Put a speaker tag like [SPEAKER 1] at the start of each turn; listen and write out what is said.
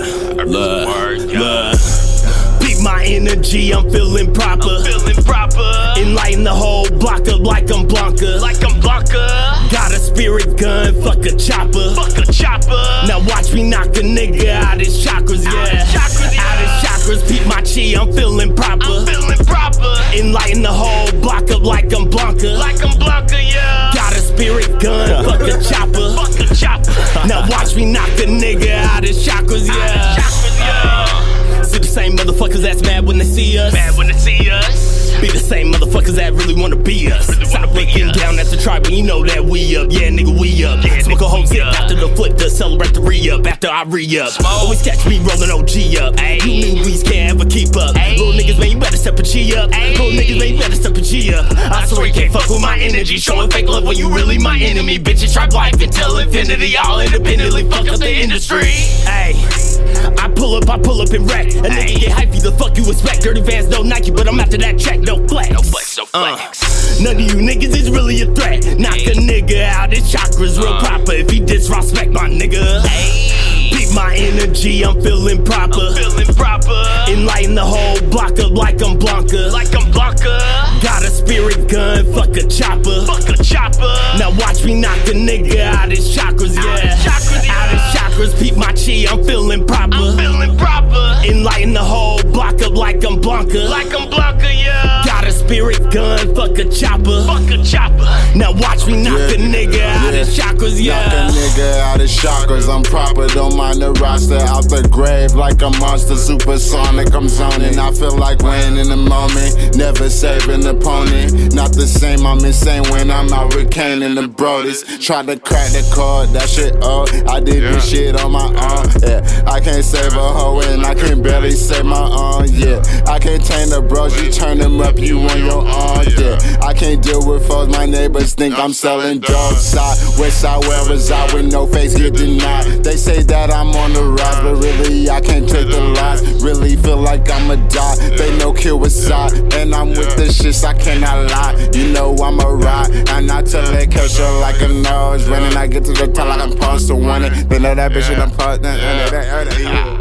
[SPEAKER 1] Look, look. Peep my energy, I'm feeling proper.
[SPEAKER 2] Feeling proper.
[SPEAKER 1] Enlighten the whole block up like I'm Blanca.
[SPEAKER 2] Like I'm Blanca.
[SPEAKER 1] Got a spirit gun, fuck a chopper.
[SPEAKER 2] Fuck a chopper.
[SPEAKER 1] Now watch me knock a nigga out his chakras, yeah.
[SPEAKER 2] Out his chakras, yeah.
[SPEAKER 1] Out his chakras, peep my chi, I'm feeling proper.
[SPEAKER 2] I'm feeling proper.
[SPEAKER 1] Enlighten the whole block up like I'm Blanca.
[SPEAKER 2] Like I'm Blanca, yeah.
[SPEAKER 1] Got a spirit gun, fuck a chopper.
[SPEAKER 2] Fuck a chopper.
[SPEAKER 1] Now watch me knock a nigga out his chakras, yeah.
[SPEAKER 2] Out his chakras, yeah.
[SPEAKER 1] See the same motherfuckers that's mad when they see us.
[SPEAKER 2] Bad when they see us.
[SPEAKER 1] Be the same motherfuckers that really wanna be us.
[SPEAKER 2] Really wanna
[SPEAKER 1] Stop
[SPEAKER 2] be
[SPEAKER 1] looking
[SPEAKER 2] us.
[SPEAKER 1] down at the tribe when you know that we up. Yeah, nigga, we up.
[SPEAKER 2] Yeah,
[SPEAKER 1] Smoke a
[SPEAKER 2] nigga,
[SPEAKER 1] whole
[SPEAKER 2] we
[SPEAKER 1] zip
[SPEAKER 2] up.
[SPEAKER 1] after the flip to celebrate the re up. After I re up.
[SPEAKER 2] Smoke.
[SPEAKER 1] Always catch me rolling OG up.
[SPEAKER 2] Ayy.
[SPEAKER 1] You newbies can't ever keep up.
[SPEAKER 2] Ayy.
[SPEAKER 1] Little niggas, man, you better step a G up.
[SPEAKER 2] Ayy.
[SPEAKER 1] Little niggas, man, you better step a G up. I swear you can't fuck with my energy. Showing fake love when you really my enemy. Bitches, tribe life until infinity. All independently fuck up the industry. Hey. I pull up, I pull up and wreck. A nigga
[SPEAKER 2] Ayy.
[SPEAKER 1] get hypey, the fuck you expect? Dirty Vans, no Nike, but I'm after that check, no flex.
[SPEAKER 2] No flex, no flex.
[SPEAKER 1] Uh, none of you niggas is really a threat. Knock a nigga out his chakras real
[SPEAKER 2] Uh.
[SPEAKER 1] proper. If he disrespect my nigga,
[SPEAKER 2] Ayy.
[SPEAKER 1] beat my energy, I'm feeling proper.
[SPEAKER 2] Feeling proper.
[SPEAKER 1] Enlighten the whole block up like I'm Blanca.
[SPEAKER 2] Like I'm Blanca.
[SPEAKER 1] Got a spirit gun, fuck a chopper.
[SPEAKER 2] Fuck a chopper.
[SPEAKER 1] Now watch me knock a nigga out his chakras, yeah.
[SPEAKER 2] Out his chakras, yeah.
[SPEAKER 1] Out his chakras, peep my chi, I'm feeling proper.
[SPEAKER 2] I'm feeling proper.
[SPEAKER 1] Enlighten the whole block up like I'm Blanca.
[SPEAKER 2] Like I'm Blanca, yeah.
[SPEAKER 1] Got a spirit gun, fuck a chopper.
[SPEAKER 2] Fuck a chopper.
[SPEAKER 1] Now watch me knock a
[SPEAKER 3] Yeah,
[SPEAKER 1] nigga out
[SPEAKER 3] yeah.
[SPEAKER 1] his chakras,
[SPEAKER 3] Knock
[SPEAKER 1] yeah.
[SPEAKER 3] a nigga out of shockers. I'm proper, don't mind the roster. Out the grave like a monster, supersonic. I'm zoning. I feel like winning in the moment, never saving the opponent. Not the same, I'm insane when I'm out with Kane and the Brodies. Try to crack the code, that shit old. I did this shit on my own, yeah. I can't save a hoe and I can barely save my own, yeah. I can't tame the bros, you turn them up, you on your own, yeah. I can't deal with foes, my neighbors think I'm selling drugs. Side, west side, where reside with no face, get denied. They say that I'm on the rise, but really I can't take the lies. Really feel like I'ma die. They know kill with side, and I'm with the shits, I cannot lie. You know I'm a ride, and I tell it kosher like a nose. When I get to the top like I'm supposed to want it, they know that bitch that I'm posting. and they- they- they-